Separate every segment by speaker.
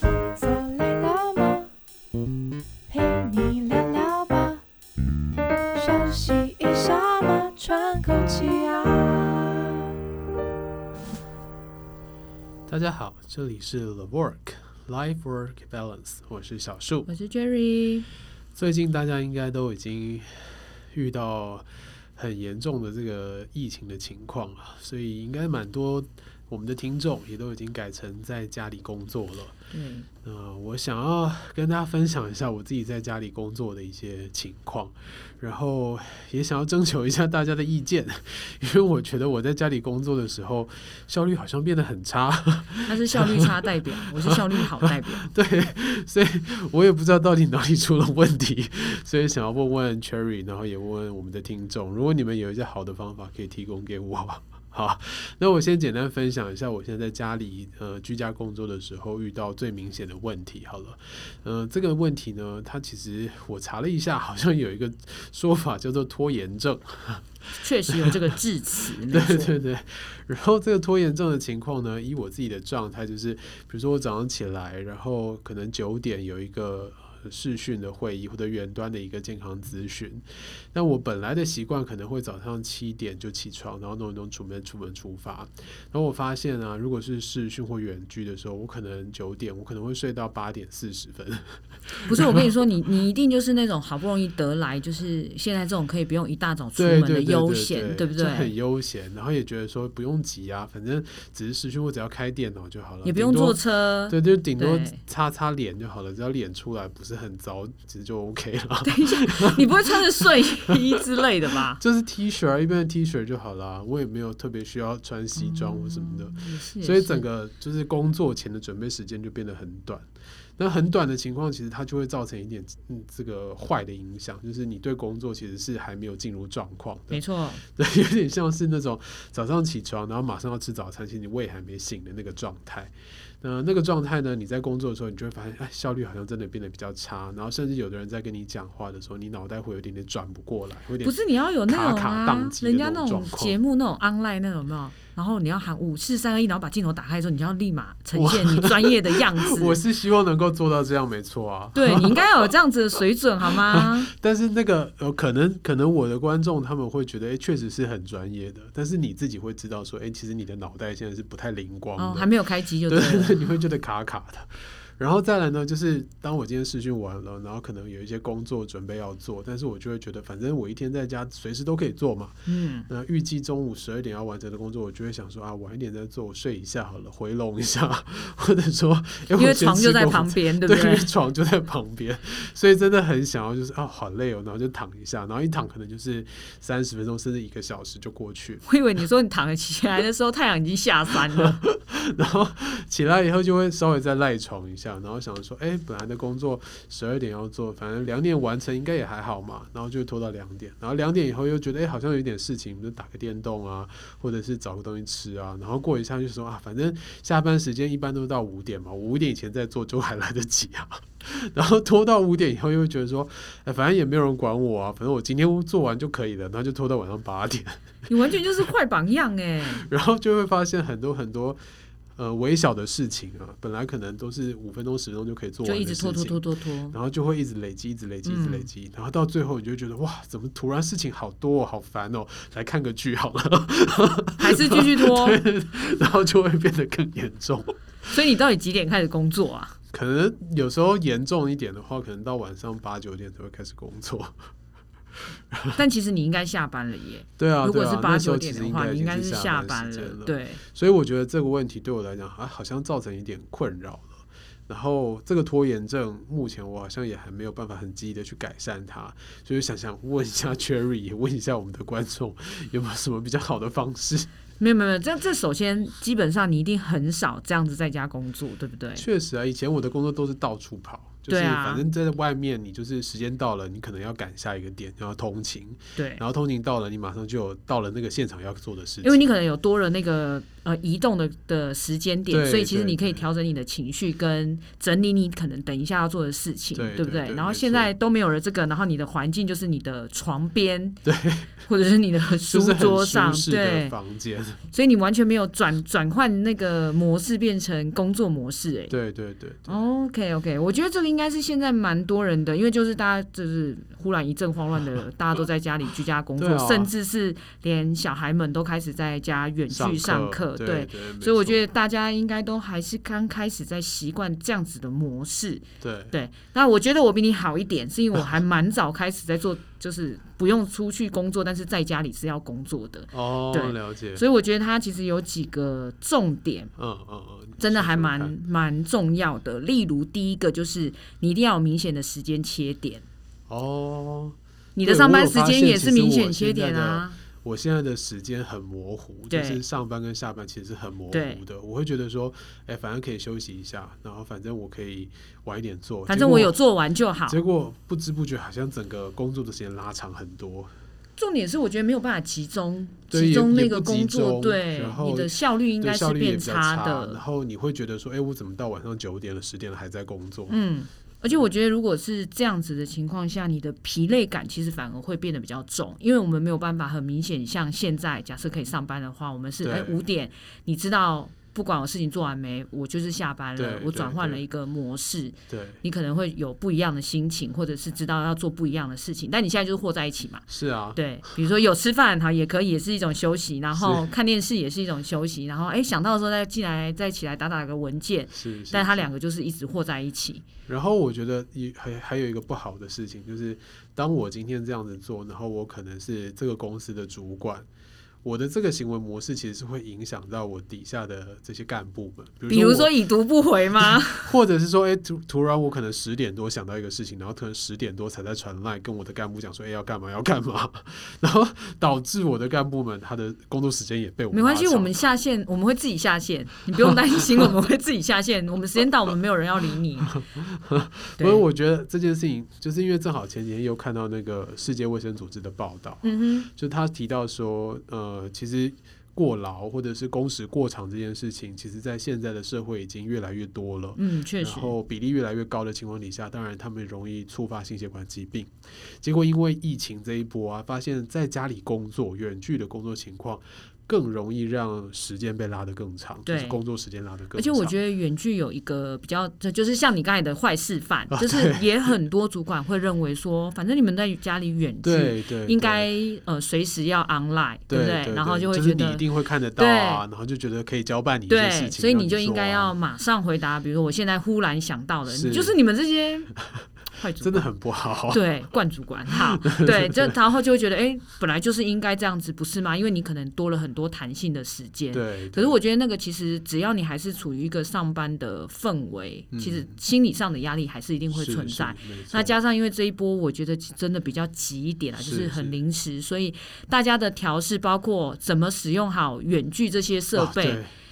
Speaker 1: 坐累了吗？陪你聊聊吧，休息一下嘛，喘口气啊。
Speaker 2: 大家好，这里是 The Work Life Work Balance，我是小树。
Speaker 3: 我是 Jerry，
Speaker 2: 最近大家应该都已经遇到很严重的这个疫情的情况了，所以应该蛮多我们的听众也都已经改成在家里工作了。
Speaker 3: 对，
Speaker 2: 那我想要跟大家分享一下我自己在家里工作的一些情况，然后也想要征求一下大家的意见， 因为我觉得我在家里工作的时候效率好像变得很差。
Speaker 3: 他是效率 差代表，我是效率好代表。
Speaker 2: 对，所以我也不知道到底哪里出了问题，所以想要问问 Cherry，然后也问问我们的听众，如果你们有一些好的方法可以提供给我， 好，那我先简单分享一下我现在在家里呃居家工作的时候遇到最明显的问题。好了，呃，这个问题呢，它其实我查了一下，好像有一个说法叫做拖延症。
Speaker 3: 确实有这个致辞，没
Speaker 2: 对
Speaker 3: 错
Speaker 2: 对，对， 然后这个拖延症的情况呢，以我自己的状态就是，比如说我早上起来，然后可能九点有一个呃视讯的会议或者远端的一个健康咨询，那我本来的习惯可能会早上七点就起床，然后弄一弄出门出门出发，然后我发现啊，如果是视讯或远距的时候，我可能九点我可能会睡到八点四十 分，
Speaker 3: 不是我跟你说，你你一定就是那种好不容易得来，就是现在这种可以不用一大早出
Speaker 2: 对
Speaker 3: 门
Speaker 2: 对
Speaker 3: 的
Speaker 2: 对
Speaker 3: 悠
Speaker 2: 对
Speaker 3: 闲，
Speaker 2: 对
Speaker 3: 不
Speaker 2: 就很
Speaker 3: 对？
Speaker 2: 悠闲，然后也觉得说不用急啊，反正只是视讯，我只要开电脑就好了，
Speaker 3: 也不
Speaker 2: 顶
Speaker 3: 用
Speaker 2: 多
Speaker 3: 坐车。
Speaker 2: 对，就顶多
Speaker 3: 对
Speaker 2: 擦擦脸就好了，只要脸出来不是很糟，其实就 OK 了。？
Speaker 3: 等一下，你不会穿着睡衣之类的吧
Speaker 2: 就是 T 恤啊，一般的 T 恤就好啦，我也没有特别需要穿西装或什么的，
Speaker 3: 也是，
Speaker 2: 所以
Speaker 3: 嗯也是
Speaker 2: 整个就是工作前的准备时间就变得很短。那很短的情况，其实它就会造成一点嗯这个坏的影响，就是你对工作其实是还没有进入状况的
Speaker 3: 没，错，
Speaker 2: 对，有点像是那种早上起床，然后马上要吃早餐，其实你胃还没醒的那个状态。那那个状态呢，你在工作的时候，你就会发现，哎，效率好像真的变得比较差。然后甚至有的人在跟你讲话的时候，你脑袋会有一点点转不过来，会有
Speaker 3: 不
Speaker 2: 点
Speaker 3: 是你要有那种
Speaker 2: 卡卡
Speaker 3: 啊
Speaker 2: 宕，机的
Speaker 3: 人家
Speaker 2: 那种
Speaker 3: 那
Speaker 2: 状
Speaker 3: 种
Speaker 2: 况
Speaker 3: 节目那种 online 那种有没有？然后你要喊五四三二一，然后把镜头打开的时候，你就要立马呈现你专业的样
Speaker 2: 我
Speaker 3: 子。
Speaker 2: 是希望能够做到这样，没错啊。
Speaker 3: 对你应该要有这样子的水准好吗？
Speaker 2: 但是那个呃，可能可能我的观众他们会觉得，哎，确实是很专业的。但是你自己会知道说，哎，其实你的脑袋现在是不太灵光的。
Speaker 3: 哦，还没有开机就
Speaker 2: 对
Speaker 3: 了。
Speaker 2: 对，你会觉得卡卡的。然后再来呢，就是当我今天试训完了，然后可能有一些工作准备要做，但是我就会觉得，反正我一天在家随时都可以做嘛。
Speaker 3: 嗯，
Speaker 2: 那预计中午十二点要完成的工作，我就会想说啊，晚一点再做，我睡一下好了，回笼一下， 或者说，哎
Speaker 3: 因
Speaker 2: 我
Speaker 3: 为
Speaker 2: 先
Speaker 3: 床
Speaker 2: 吃
Speaker 3: 就在
Speaker 2: 个午
Speaker 3: 旁
Speaker 2: 餐
Speaker 3: 边，对不
Speaker 2: 对因为
Speaker 3: 对？
Speaker 2: 床就在旁边，所以真的很想要，就是啊，好累哦，然后就躺一下，然后一躺可能就是三十分钟甚至一个小时就过去了
Speaker 3: 我以为你说你躺起来的时候太阳已经下山 了，
Speaker 2: 然后 起来以后就会稍微再赖床一下，然后想说，哎，本来的工作十二点要做，反正两点完成应该也还好嘛，然后就拖到两点，然后两点以后又觉得，哎，好像有一点事情，我们就打个电动啊，或者是找个东西吃啊，然后过一下就说啊，反正下班时间一般都到五点嘛，我五点以前再做就还来得及啊。 然后拖到五点以后，又会觉得说，哎，反正也没有人管我啊，反正我今天做完就可以了，然后就拖到晚上八点。
Speaker 3: 你完全就是坏榜样哎！
Speaker 2: 然后就会发现很多很多呃微小的事情啊，本来可能都是五分钟十分钟就可以做
Speaker 3: 就
Speaker 2: 完
Speaker 3: 一
Speaker 2: 的
Speaker 3: 直
Speaker 2: 啊事
Speaker 3: 拖拖
Speaker 2: 情
Speaker 3: 拖。拖拖，
Speaker 2: 然后就会一直累积，一直累积，一直累
Speaker 3: 嗯
Speaker 2: 积，然后到最后你就会觉得哇，怎么突然事情好多、哦，好烦哦，来看个剧好了，
Speaker 3: 还是继 续拖。
Speaker 2: 然后就会变得更严重。
Speaker 3: 所以你到底几点开始工作啊？
Speaker 2: 可能有时候严重一点的话，可能到晚上八九点才会开始工作。
Speaker 3: 但其实你应该下班了耶。
Speaker 2: 对啊，
Speaker 3: 如果
Speaker 2: 对啊
Speaker 3: 是八
Speaker 2: 那时
Speaker 3: 九
Speaker 2: 候其
Speaker 3: 点
Speaker 2: 实
Speaker 3: 的话，你
Speaker 2: 已经
Speaker 3: 应该
Speaker 2: 是
Speaker 3: 下
Speaker 2: 班
Speaker 3: 班
Speaker 2: 时间
Speaker 3: 了
Speaker 2: 了。。
Speaker 3: 对，
Speaker 2: 所以我觉得这个问题对我来讲，啊，好像造成一点困扰了。然后这个拖延症，目前我好像也还没有办法很积极的去改善它，所以想想问一下 Cherry，也问一下我们的观众，有没有什么比较好的方式？
Speaker 3: 没有没有没有，这这首先基 本上你一定很少这样子在家工作，对不对？
Speaker 2: 确实啊，以前我的工作都是到处跑，就是
Speaker 3: 对啊
Speaker 2: 反正在外面，你就是时间到了，你可能要赶下一个点，然后通勤，
Speaker 3: 对，
Speaker 2: 然后通勤到了，你马上就有到了那个现场要做的事情。
Speaker 3: 因为你可能有多了那个呃移动的的时间点，
Speaker 2: 对
Speaker 3: 所以其实
Speaker 2: 对
Speaker 3: 你可以
Speaker 2: 对
Speaker 3: 调整你的情绪跟整理你可能等一下要做的事情，
Speaker 2: 对
Speaker 3: 不
Speaker 2: 对
Speaker 3: 对？
Speaker 2: 对
Speaker 3: 然后
Speaker 2: 没
Speaker 3: 现
Speaker 2: 错
Speaker 3: 在都没有了这个，然后你的环境就是你的床边，对， 或者是你的书
Speaker 2: 就是很
Speaker 3: 桌
Speaker 2: 舒
Speaker 3: 上，
Speaker 2: 适的
Speaker 3: 对，
Speaker 2: 房间，
Speaker 3: 所以你完全没有转转换那个模式变成工作模式、哎。
Speaker 2: 对对对对
Speaker 3: OK OK，我觉得这个应该是现在蛮多人的，因为就是大家就是忽然一阵慌乱的，大家都在家里居家工作，
Speaker 2: 对啊
Speaker 3: 甚至是连小孩们都开始在家远距上课，
Speaker 2: 对
Speaker 3: 对。
Speaker 2: 对，
Speaker 3: 所以我
Speaker 2: 得
Speaker 3: 觉得大家应该都还是刚开始在习惯这样子的模式，
Speaker 2: 对
Speaker 3: 对。那我觉得我比你好一点，是因为我还蛮早开始在做，就是不用出去工作，但是在家里是要工作的。
Speaker 2: 哦
Speaker 3: 对，
Speaker 2: 了解，
Speaker 3: 所以我觉得它其实有几个重点，
Speaker 2: 嗯嗯嗯，
Speaker 3: 真的还蛮
Speaker 2: 说说看
Speaker 3: 蛮重要的。例如第一个就是你一定要有明显的时间切点，
Speaker 2: 哦。
Speaker 3: 你的
Speaker 2: 对
Speaker 3: 上
Speaker 2: 我
Speaker 3: 班
Speaker 2: 有
Speaker 3: 时
Speaker 2: 发
Speaker 3: 间
Speaker 2: 现
Speaker 3: 也
Speaker 2: 其
Speaker 3: 是
Speaker 2: 实
Speaker 3: 明
Speaker 2: 我
Speaker 3: 显
Speaker 2: 现
Speaker 3: 切
Speaker 2: 在
Speaker 3: 点啊。
Speaker 2: 我现在的时间很模糊，就
Speaker 3: 对
Speaker 2: 是上班跟下班其实是很模糊的。我会觉得说，哎、反正可以休息一下，然后反正我可以晚一点做。
Speaker 3: 反
Speaker 2: 结
Speaker 3: 正
Speaker 2: 果
Speaker 3: 我有。做完就好。
Speaker 2: 结果不知不觉好像整个工作的时间拉长很多，
Speaker 3: 重点是我觉得没有办法集中，
Speaker 2: 对
Speaker 3: 集
Speaker 2: 也
Speaker 3: 中那
Speaker 2: 也
Speaker 3: 个
Speaker 2: 不集
Speaker 3: 工作，
Speaker 2: 中
Speaker 3: 对
Speaker 2: 然后
Speaker 3: 你的效率应
Speaker 2: 对
Speaker 3: 该
Speaker 2: 效
Speaker 3: 是
Speaker 2: 率也
Speaker 3: 变
Speaker 2: 比较然
Speaker 3: 的。
Speaker 2: 后你会觉得说，哎、我怎么到晚上九点了、十点了还在工作？
Speaker 3: 嗯，而且我觉得如果是这样子的情况下，你的疲累感其实反而会变得比较重，因为我们没有办法很明显，像现在假设可以上班的话，我们是
Speaker 2: 对
Speaker 3: 哎五点，你知道。不管我事情做完没，我就是下班了
Speaker 2: 对，
Speaker 3: 我
Speaker 2: 对
Speaker 3: 转换了
Speaker 2: 对
Speaker 3: 一个模式，
Speaker 2: 对，
Speaker 3: 你可能会有不一样的心情，或者是知道要做不一样的事情，但你现在就是和在一起 嘛，
Speaker 2: 是啊，
Speaker 3: 对，比如说有吃饭哈，也可以，也是一种休息；然后看电视也是一种休息。然后哎，想到的时候再进来，再起来打打个文件。
Speaker 2: 是。是
Speaker 3: 但它
Speaker 2: 是
Speaker 3: 两个就是一直和在一起。
Speaker 2: 然后我觉得也还还有一个不好的事情，就是当我今天这样子做，然后我可能是这个公司的主管，我的这个行为模式其实是会影响到我底下的这些干部们，
Speaker 3: 比如说
Speaker 2: 我，
Speaker 3: 已读不回吗？
Speaker 2: 或者是说，哎，突突然我可能十点多想到一个事情，然后突然十点多才在传来跟我的干部讲说，哎，要干嘛要干嘛， 然后导致我的干部们他的工作时间也被 我
Speaker 3: 没关
Speaker 2: 拉
Speaker 3: 系，
Speaker 2: 长
Speaker 3: 我们下线，我们会自己下线，你不用担 心，我们会自己下线。我们时间到，我们没有人要理你。
Speaker 2: 所以我觉得这件事情，就是因为正好前几天又看到那个世界卫生组织的报道，
Speaker 3: 嗯哼，
Speaker 2: 就他提到说，呃，其实过劳或者是工时过长这件事情，其实在现在的社会已经越来越多了。
Speaker 3: 嗯，确
Speaker 2: 然
Speaker 3: 实，
Speaker 2: 后比例越来越高的情况底下，当然他们容易触发心血管疾病。结果因为疫情这一波啊，发现在家里工作、远距的工作情况，更容易让时间被拉得更长，就是
Speaker 3: 对
Speaker 2: 工作时间拉得更长。
Speaker 3: 而且我觉得远距有一个比较，这就是像你刚才的坏示范，
Speaker 2: 啊
Speaker 3: 就是也很多主管会认为说，反正你们在家里远距，
Speaker 2: 对对
Speaker 3: 应
Speaker 2: 对
Speaker 3: 该呃随时要 online，对
Speaker 2: 对
Speaker 3: 不对？然后就会
Speaker 2: 就
Speaker 3: 觉
Speaker 2: 是你一
Speaker 3: 得。
Speaker 2: 定会看得到啊，然后就觉得可以交办你一些事
Speaker 3: 对，
Speaker 2: 情，
Speaker 3: 所以
Speaker 2: 让
Speaker 3: 你就应该
Speaker 2: 做啊
Speaker 3: 要马上回答，比如说我现在忽然想到的，
Speaker 2: 是
Speaker 3: 就是你们这 些坏主
Speaker 2: 真的
Speaker 3: 管，
Speaker 2: 很不好。
Speaker 3: 对，惯 主管，好，对，就然后就会觉得，哎，本来就是应该这样子，不是吗？因为你可能多了很多弹性的时间。
Speaker 2: 对，
Speaker 3: 可是我觉得那个其实只要你还是处于一个上班的氛围，其实心理上的压力还是一定会
Speaker 2: 嗯是
Speaker 3: 存在。。
Speaker 2: 是没错
Speaker 3: 那加上因为这一波，我觉得真的比较急一点啊，就是是很
Speaker 2: 是
Speaker 3: 临时，所以大家的调试，包括怎么使用好远距这些设
Speaker 2: 啊
Speaker 3: 备，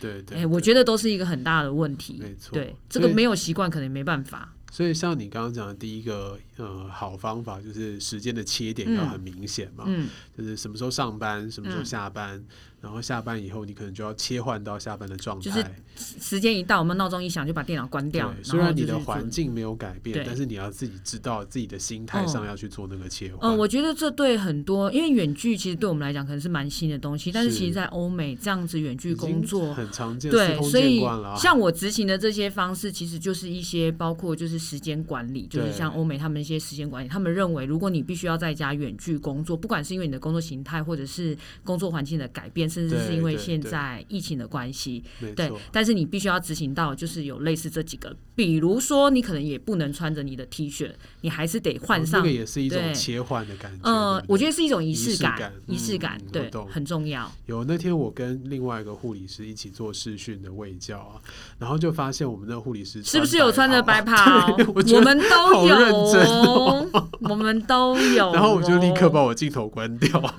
Speaker 2: 对对对，
Speaker 3: 哎、我
Speaker 2: 得
Speaker 3: 觉得都是一个很大的问题。
Speaker 2: 没错
Speaker 3: 对，这
Speaker 2: 所
Speaker 3: 个
Speaker 2: 以
Speaker 3: 没有习惯，可能没办法。
Speaker 2: 所以像你刚刚讲的第一个呃好方法，就是时间的切点要很明显嘛，
Speaker 3: 嗯，
Speaker 2: 就是什么时候上班，什么时候
Speaker 3: 嗯
Speaker 2: 下班，然后下班以后你可能就要切换到下班的状态。
Speaker 3: 就是时间一到，我们闹钟一响就把电脑关掉，
Speaker 2: 对，虽
Speaker 3: 然后
Speaker 2: 然
Speaker 3: 就
Speaker 2: 你
Speaker 3: 去
Speaker 2: 的
Speaker 3: 做
Speaker 2: 环。境没有改变
Speaker 3: 对，
Speaker 2: 但是你要自己知道自己的心态上
Speaker 3: 嗯
Speaker 2: 要去做那个切换。
Speaker 3: 嗯，我觉得这对很多，因为远距其实对我们来讲可能是蛮新的东西，但是
Speaker 2: 是
Speaker 3: 其实，在欧美这样子远距
Speaker 2: 已经
Speaker 3: 工作，
Speaker 2: 很常见，司
Speaker 3: 对，
Speaker 2: 空
Speaker 3: 所
Speaker 2: 见
Speaker 3: 以
Speaker 2: 惯了啊。
Speaker 3: 像我执行的这些方式，其实就是一些包括就是时间管理，就是
Speaker 2: 对
Speaker 3: 像欧美他们一些时间管理，他们认为如果你必须要在家远距工作，不管是因为你的工作形态，或者是工作环境的改变，甚至是
Speaker 2: 对
Speaker 3: 因为
Speaker 2: 对
Speaker 3: 现
Speaker 2: 对
Speaker 3: 在疫情的关系，
Speaker 2: 没
Speaker 3: 对
Speaker 2: 错，，
Speaker 3: 但是你必须要执行到就是有类似这几个，比如说你可能也不能穿着你的 T 恤，你还是得换
Speaker 2: 哦
Speaker 3: 上
Speaker 2: 那个也是一
Speaker 3: 对
Speaker 2: 种切换的感觉。
Speaker 3: 呃
Speaker 2: 对，不
Speaker 3: 我觉
Speaker 2: 对
Speaker 3: 得是一种仪
Speaker 2: 仪
Speaker 3: 式
Speaker 2: 式
Speaker 3: 感
Speaker 2: 感，
Speaker 3: 仪式
Speaker 2: 嗯
Speaker 3: 感
Speaker 2: 我
Speaker 3: 对
Speaker 2: 懂
Speaker 3: 很重要。
Speaker 2: 有那天我跟另外一个护理师一起做视讯的卫教啊，然后就发现我们的护理师
Speaker 3: 是不是有穿着白
Speaker 2: 袍？
Speaker 3: 袍？
Speaker 2: 对我觉得
Speaker 3: 们都
Speaker 2: 好
Speaker 3: 有
Speaker 2: 认真
Speaker 3: 哦， 我们都有哦。
Speaker 2: 然后我就 立刻把我镜头关掉。，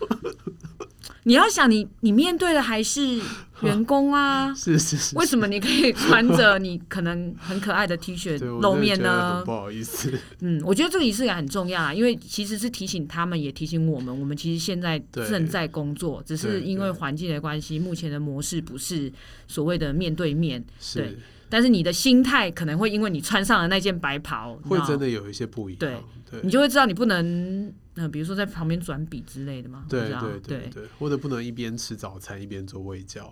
Speaker 3: 你要想你，你面对的还是员工 啊
Speaker 2: 是是是，
Speaker 3: 为什么你可以穿着你可能很可爱的 T 恤
Speaker 2: 对我
Speaker 3: 露
Speaker 2: 真的
Speaker 3: 面
Speaker 2: 觉得很
Speaker 3: 呢
Speaker 2: 不？好意 思，
Speaker 3: 嗯，我觉得这个仪式感很重要啊，因为其实是提醒他们，也提醒我们，我们其实现在
Speaker 2: 对
Speaker 3: 正在工作，只是
Speaker 2: 对
Speaker 3: 因为
Speaker 2: 对
Speaker 3: 环境的关系，目前的模式不是所谓的面对面，
Speaker 2: 是
Speaker 3: 但是你的心态可能会因为你穿上了那件白袍，你知
Speaker 2: 会
Speaker 3: 道
Speaker 2: 真的有一些不一
Speaker 3: 对
Speaker 2: 样，对
Speaker 3: 你就会知道你不能，嗯、比如说在旁边转笔之类的嘛，不
Speaker 2: 对
Speaker 3: 知道
Speaker 2: 对对对，或者不能一边吃早餐一边做胃 教，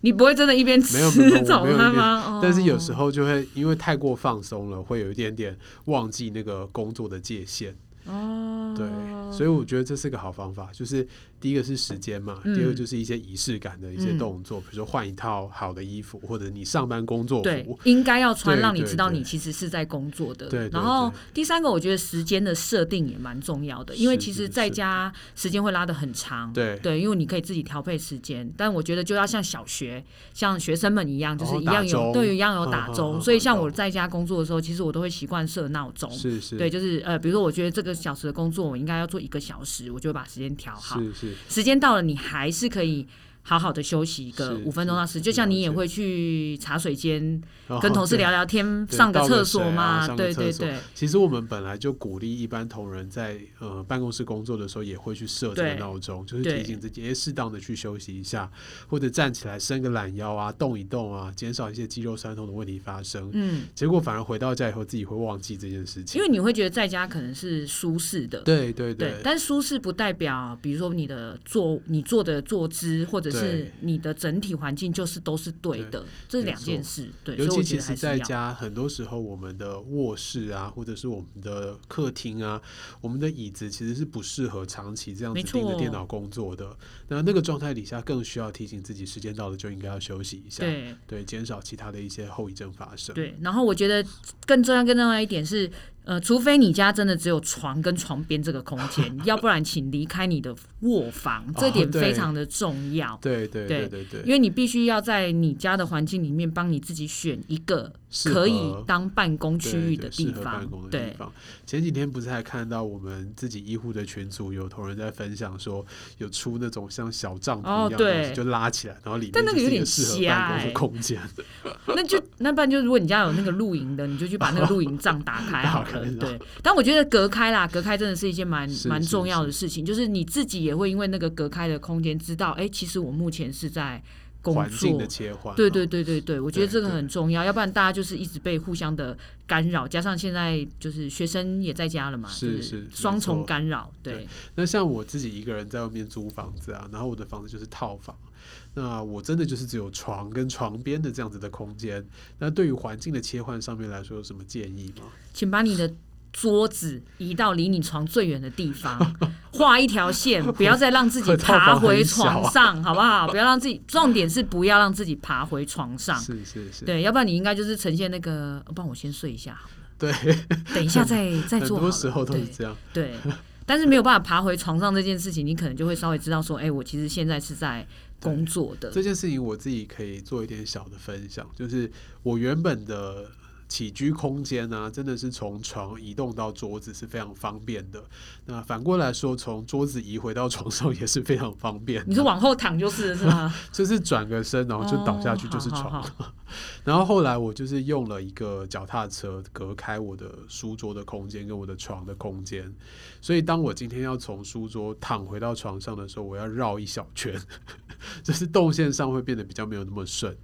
Speaker 3: 你不会真的一边
Speaker 2: 没有没有没
Speaker 3: 吃
Speaker 2: 有
Speaker 3: 早
Speaker 2: 我没有一
Speaker 3: 餐
Speaker 2: 边
Speaker 3: 吗？哦
Speaker 2: 但是有时
Speaker 3: 候
Speaker 2: 候就会因为太过放松了，会有一点点忘记那个工作的界限。
Speaker 3: 哦，
Speaker 2: 对，所以我觉得这是个好方法，就是第一个是时间嘛，第二个
Speaker 3: 嗯
Speaker 2: 就是一些仪式感的一些
Speaker 3: 嗯
Speaker 2: 动作，比如说换一套好的衣服，或者你上班工作
Speaker 3: 对
Speaker 2: 服，，
Speaker 3: 应该要穿，
Speaker 2: 对
Speaker 3: 让你
Speaker 2: 对
Speaker 3: 知道
Speaker 2: 对
Speaker 3: 你其实是在工作的。
Speaker 2: 对对
Speaker 3: 然后
Speaker 2: 对
Speaker 3: 第三个，我觉得时间的设定也蛮重要的，因为
Speaker 2: 是
Speaker 3: 其
Speaker 2: 是
Speaker 3: 实在
Speaker 2: 是
Speaker 3: 家时间会拉得很长。
Speaker 2: 对
Speaker 3: 对，因为你可以自己调配时间，但我觉得就要像小学、像学生们一样，就
Speaker 2: 哦
Speaker 3: 是一
Speaker 2: 打
Speaker 3: 样有
Speaker 2: 钟
Speaker 3: 对一样有打
Speaker 2: 嗯嗯
Speaker 3: 钟。
Speaker 2: 嗯
Speaker 3: 所以
Speaker 2: 嗯
Speaker 3: 像我
Speaker 2: 懂
Speaker 3: 在家工作的时候，其实我都会习惯设闹钟。
Speaker 2: 是是，
Speaker 3: 对，，就是呃，比如说，我觉得这个小时的工作我应该要做一个小时，我就会把时间调好。
Speaker 2: 是是
Speaker 3: 时间到了，你还是可以好好的休息一个
Speaker 2: 是
Speaker 3: 五分钟到
Speaker 2: 是
Speaker 3: 十，就像
Speaker 2: 了
Speaker 3: 你也
Speaker 2: 解
Speaker 3: 会去茶水间
Speaker 2: 然
Speaker 3: 跟
Speaker 2: 后
Speaker 3: 同事
Speaker 2: 哦对
Speaker 3: 聊聊天，
Speaker 2: 对
Speaker 3: 上个
Speaker 2: 倒
Speaker 3: 厕
Speaker 2: 个
Speaker 3: 所
Speaker 2: 水啊
Speaker 3: 嘛，
Speaker 2: 上个
Speaker 3: 对对
Speaker 2: 厕所
Speaker 3: 对
Speaker 2: 其实我们本来就鼓励一般同仁在呃办公室工作的时候，也会去设这个
Speaker 3: 对
Speaker 2: 闹钟，就是
Speaker 3: 对
Speaker 2: 提醒自己，哎，适当的去休息一下，或者站起来伸个懒腰啊，动一动啊，减少一些肌肉酸痛的问题发生。
Speaker 3: 嗯，
Speaker 2: 结果反而回到家以后，自己会忘记这件事情。
Speaker 3: 因为你会觉得在家可能是舒适的，
Speaker 2: 对对
Speaker 3: 对，但舒适不代表，比如说你的坐你坐的坐姿，或者是
Speaker 2: 对
Speaker 3: 你的整体环境就是都是对的，这是
Speaker 2: 没
Speaker 3: 两件
Speaker 2: 错
Speaker 3: 事，对，所
Speaker 2: 尤
Speaker 3: 以我
Speaker 2: 其
Speaker 3: 觉
Speaker 2: 其
Speaker 3: 得还
Speaker 2: 实
Speaker 3: 是
Speaker 2: 在
Speaker 3: 要。
Speaker 2: 家，很多时候我们的卧室啊，或者是我们的客厅啊，我们的椅子其实是不适合长期这样
Speaker 3: 没
Speaker 2: 子盯着电
Speaker 3: 错
Speaker 2: 脑工作的。那那个状态底下，更需要提醒自己，时间到了就应该要休息一下，
Speaker 3: 对
Speaker 2: 对，减少其他的一些后遗症发生。
Speaker 3: 对，然后我觉得更重要、更重要一点是，呃，除非你家真的只有床跟床边这个空 间，要不然请离开你的卧房，这
Speaker 2: 哦
Speaker 3: 点非
Speaker 2: 对
Speaker 3: 常的重要。
Speaker 2: 对对
Speaker 3: 对
Speaker 2: 对对对
Speaker 3: 因为你必须要在你家的环境里面帮你自己选一个
Speaker 2: 适合
Speaker 3: 可以当办公区
Speaker 2: 对
Speaker 3: 域
Speaker 2: 对
Speaker 3: 的
Speaker 2: 适
Speaker 3: 地
Speaker 2: 合
Speaker 3: 方
Speaker 2: 办公。的
Speaker 3: 对
Speaker 2: 地，方。前几天不是还看到我们自己医护的群组有同仁在分享说，有出那种像小帐篷一
Speaker 3: 哦
Speaker 2: 样的东西
Speaker 3: 对
Speaker 2: 就拉起来，然后里面
Speaker 3: 但那个
Speaker 2: 就是
Speaker 3: 有
Speaker 2: 一
Speaker 3: 点
Speaker 2: 适合办
Speaker 3: 狭
Speaker 2: 公
Speaker 3: 隘
Speaker 2: 的空间。
Speaker 3: 那 就那不然就如果你家有那个露营的，你就去把那个露营帐打 开好
Speaker 2: 打开
Speaker 3: 了。
Speaker 2: 然后
Speaker 3: 对，但我觉得隔开啦，隔开真的是一件蛮
Speaker 2: 是
Speaker 3: 蛮
Speaker 2: 是
Speaker 3: 重要的事情，就是你自己也会因为那个隔开的空间，知道哎、其实我目前是在工
Speaker 2: 环境
Speaker 3: 作
Speaker 2: 的。切换、啊
Speaker 3: 对对，对对对，我觉得
Speaker 2: 对
Speaker 3: 这个
Speaker 2: 对
Speaker 3: 很重要，要不然大家就是一直被互相的干扰，加上现在就是学生也在家了嘛，
Speaker 2: 是
Speaker 3: 就是
Speaker 2: 没
Speaker 3: 双重
Speaker 2: 错
Speaker 3: 干扰，对。
Speaker 2: 对那像我自己一个人在外面租房子啊，然后我的房子就是套房，那我真的就是只有床跟床边的这样子的空间。那对于环境的切换上面来说，有什么建议吗？
Speaker 3: 请把你的桌子移到离你床最远的地方， 画一条线， 不要再让自己爬回床上，好不好？不要让自己，重点是不要让自己爬回床上。
Speaker 2: 是是是，
Speaker 3: 对，要不然你应该就是呈现那个，呃不然我先睡一下好了，
Speaker 2: 对，
Speaker 3: 等一下再 再
Speaker 2: 很
Speaker 3: 做好了。
Speaker 2: 多时候都是
Speaker 3: 对
Speaker 2: 这样。
Speaker 3: 对，但是没有办法爬回床上这件事情，你可能就会稍微知道说，哎、我其实现在是在工作的。
Speaker 2: 这件事情我自己可以做一点小的分享，就是我原本的起居空间呢、真的是从床移动到桌子是非常方便的。那反过来说，从桌子移回到床上 也是非常方便的。
Speaker 3: 你是往后躺就是了是吗？
Speaker 2: 就是转个身，然后就倒下去
Speaker 3: 哦
Speaker 2: 就是
Speaker 3: 好
Speaker 2: 床。
Speaker 3: 好好
Speaker 2: 然后后来我就是用了一个脚踏车隔开我的书桌的空间跟我的床的空间，所以当我今天要从书桌躺回到床上的时候，我要绕一小圈， 就是动线上会变得比较没有那么顺。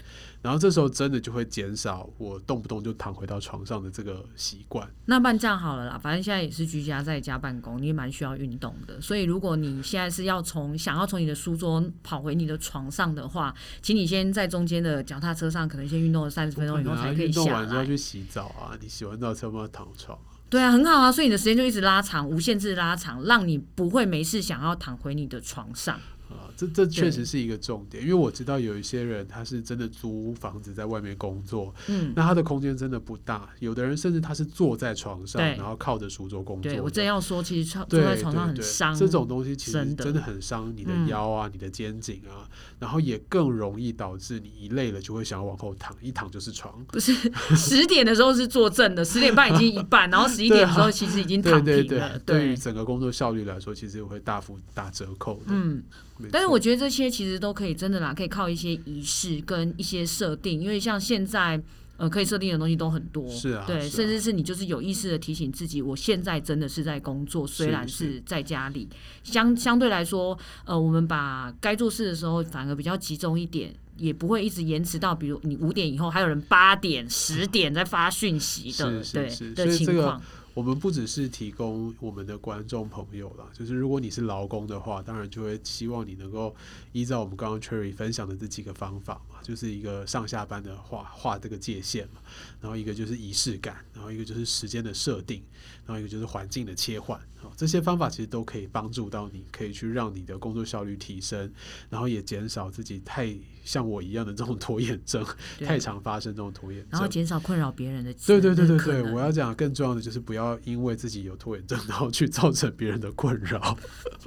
Speaker 2: 然后这时候真的就会减少我动不动就躺回到床上的这个习惯。
Speaker 3: 那办这样好了啦，反正现在也是居家在家办公，你也蛮需要运动的。所以如果你现在是要从想要从你的书桌跑回你的床上的话，请你先在中间的脚踏车上可能先运动三十分钟以后
Speaker 2: 然后
Speaker 3: 才可
Speaker 2: 啊
Speaker 3: 以
Speaker 2: 运动
Speaker 3: 下
Speaker 2: 完之后
Speaker 3: 来。
Speaker 2: 去洗澡啊，你洗完澡才有办法躺床。
Speaker 3: 对啊，很好啊，所以你的时间就一直拉长，无限制拉长，让你不会没事想要躺回你的床上。
Speaker 2: 啊，这这确
Speaker 3: 对
Speaker 2: 实是一个重点，因为我知道有一些人他是真的租房子在外面工作，
Speaker 3: 嗯，
Speaker 2: 那他的空间真的不大，有的人甚至他是坐在床上，
Speaker 3: 对
Speaker 2: 然后靠着书桌工作的。
Speaker 3: 对我正要说，其实坐坐
Speaker 2: 对
Speaker 3: 在床上
Speaker 2: 对
Speaker 3: 很
Speaker 2: 对
Speaker 3: 伤。
Speaker 2: 这种东西其实
Speaker 3: 真的
Speaker 2: 真的很伤你的
Speaker 3: 嗯
Speaker 2: 腰啊、你的肩颈啊，然后也更容易导致你一累了就会想要往后躺，一躺就是床。
Speaker 3: 不是 十点的时候是坐正的，十点半已经一半，然后十一点的时候其实已经
Speaker 2: 对
Speaker 3: 躺
Speaker 2: 对
Speaker 3: 平
Speaker 2: 对
Speaker 3: 了。，
Speaker 2: 对于整个工作效率来说，其实会大幅打折扣的。
Speaker 3: 嗯，
Speaker 2: 没
Speaker 3: 但是
Speaker 2: 错
Speaker 3: 我觉得这些其实都可以，真的啦，可以靠一些仪式跟一些设定，因为像现在呃可以设定的东西都很多，
Speaker 2: 是啊
Speaker 3: 对，
Speaker 2: 是啊
Speaker 3: 甚至是你就是有意识的提醒自己，我现在真的是在工作，虽然
Speaker 2: 是
Speaker 3: 是在家里，相相对来说，呃，我们把该做事的时候反而比较集中一点。也不会一直延迟到，比如你五点以后，还有人八点、十点在发讯息的，
Speaker 2: 是是是所
Speaker 3: 对的
Speaker 2: 以这
Speaker 3: 情
Speaker 2: 个
Speaker 3: 况。
Speaker 2: 我们不只是提供我们的观众朋友啦，就是如果你是劳工的话，当然就会希望你能够依照我们刚刚 Cherry 分享的这几个方法嘛，就是一个上下班的画画这个界限嘛，然后一个就是仪式感，然后一个就是时间的设定，然后一个就是环境的切换，好，这些方法其实都可以帮助到你，可以去让你的工作效率提升，然后也减少自己太像我一样的这种拖延症，
Speaker 3: 对
Speaker 2: 太常发生这种拖延
Speaker 3: 然后
Speaker 2: 症。
Speaker 3: 减少困扰别人的
Speaker 2: 对对对对
Speaker 3: 可
Speaker 2: 对，
Speaker 3: 能
Speaker 2: 我要讲更重要的就是不要因为自己有拖延症， 然后去造成别人的困扰。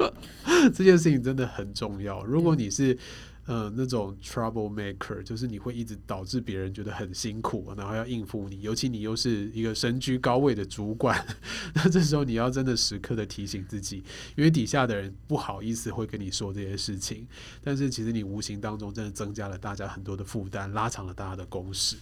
Speaker 2: 这件事情真的很重要。如
Speaker 3: 嗯
Speaker 2: 果你是呃那种 trouble maker，就是你会一直导致别人觉得很辛苦，然后要应付你，尤其你又是一个身居高位的主管， 那这时候你要真的时刻的提醒自己，因为底下的人不好意思会跟你说这些事情，但是其实你无形当中真的增加了大家很多的负担，拉长了大家的工时。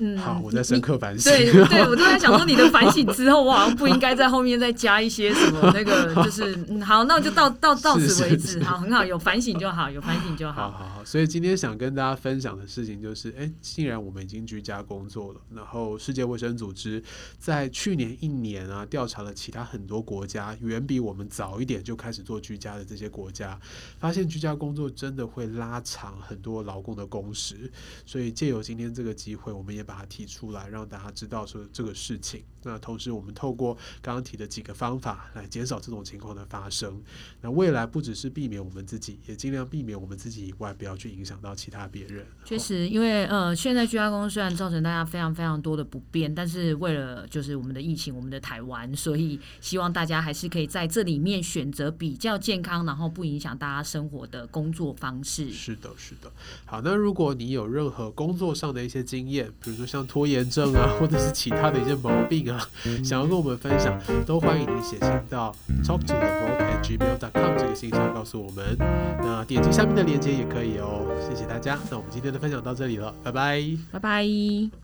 Speaker 3: 嗯，
Speaker 2: 好，我在深刻反省。
Speaker 3: 对对，我都在想说，你的反省之后，我好像不应该在后面再加一些什么那个， 就是嗯，好，那我就到到到
Speaker 2: 是
Speaker 3: 此
Speaker 2: 是
Speaker 3: 为
Speaker 2: 是
Speaker 3: 止，好，很好，有反省就好，有反省就
Speaker 2: 好
Speaker 3: 好，
Speaker 2: 好好，所以今天想跟大家分享的事情就是，哎，既然我们已经居家工作了，然后世界卫生组织在去年一年啊，调查了其他很多国家，远比我们早一点就开始做居家的这些国家，发现居家工作真的会拉长很多劳工的工时，所以借由今天这个机会，我们也把它提出来，让大家知道说这个事情。那同时，我们透过刚刚提的几个方法来减少这种情况的发生。那未来不只是避免我们自己，也尽量避免我们自己以外，不要去影响到其他别人。
Speaker 3: 确实，因为呃，现在居家工作虽然造成大家非常非常多的不便，但是为了就是我们的疫情，我们的台湾，所以希望大家还是可以在这里面选择比较健康，然后不影响大家生活的工作方式。
Speaker 2: 是的，是的。好，那如果你有任何工作上的一些经验，比如说像拖延症啊，或者是其他的一些毛病啊，想要跟我们分享，都欢迎你写信到 talk to the blog at gmail.com 这个信箱告诉我们。那点击下面的链接也可以哦。谢谢大家，那我们今天的分享到这里了，拜拜。
Speaker 3: 拜拜。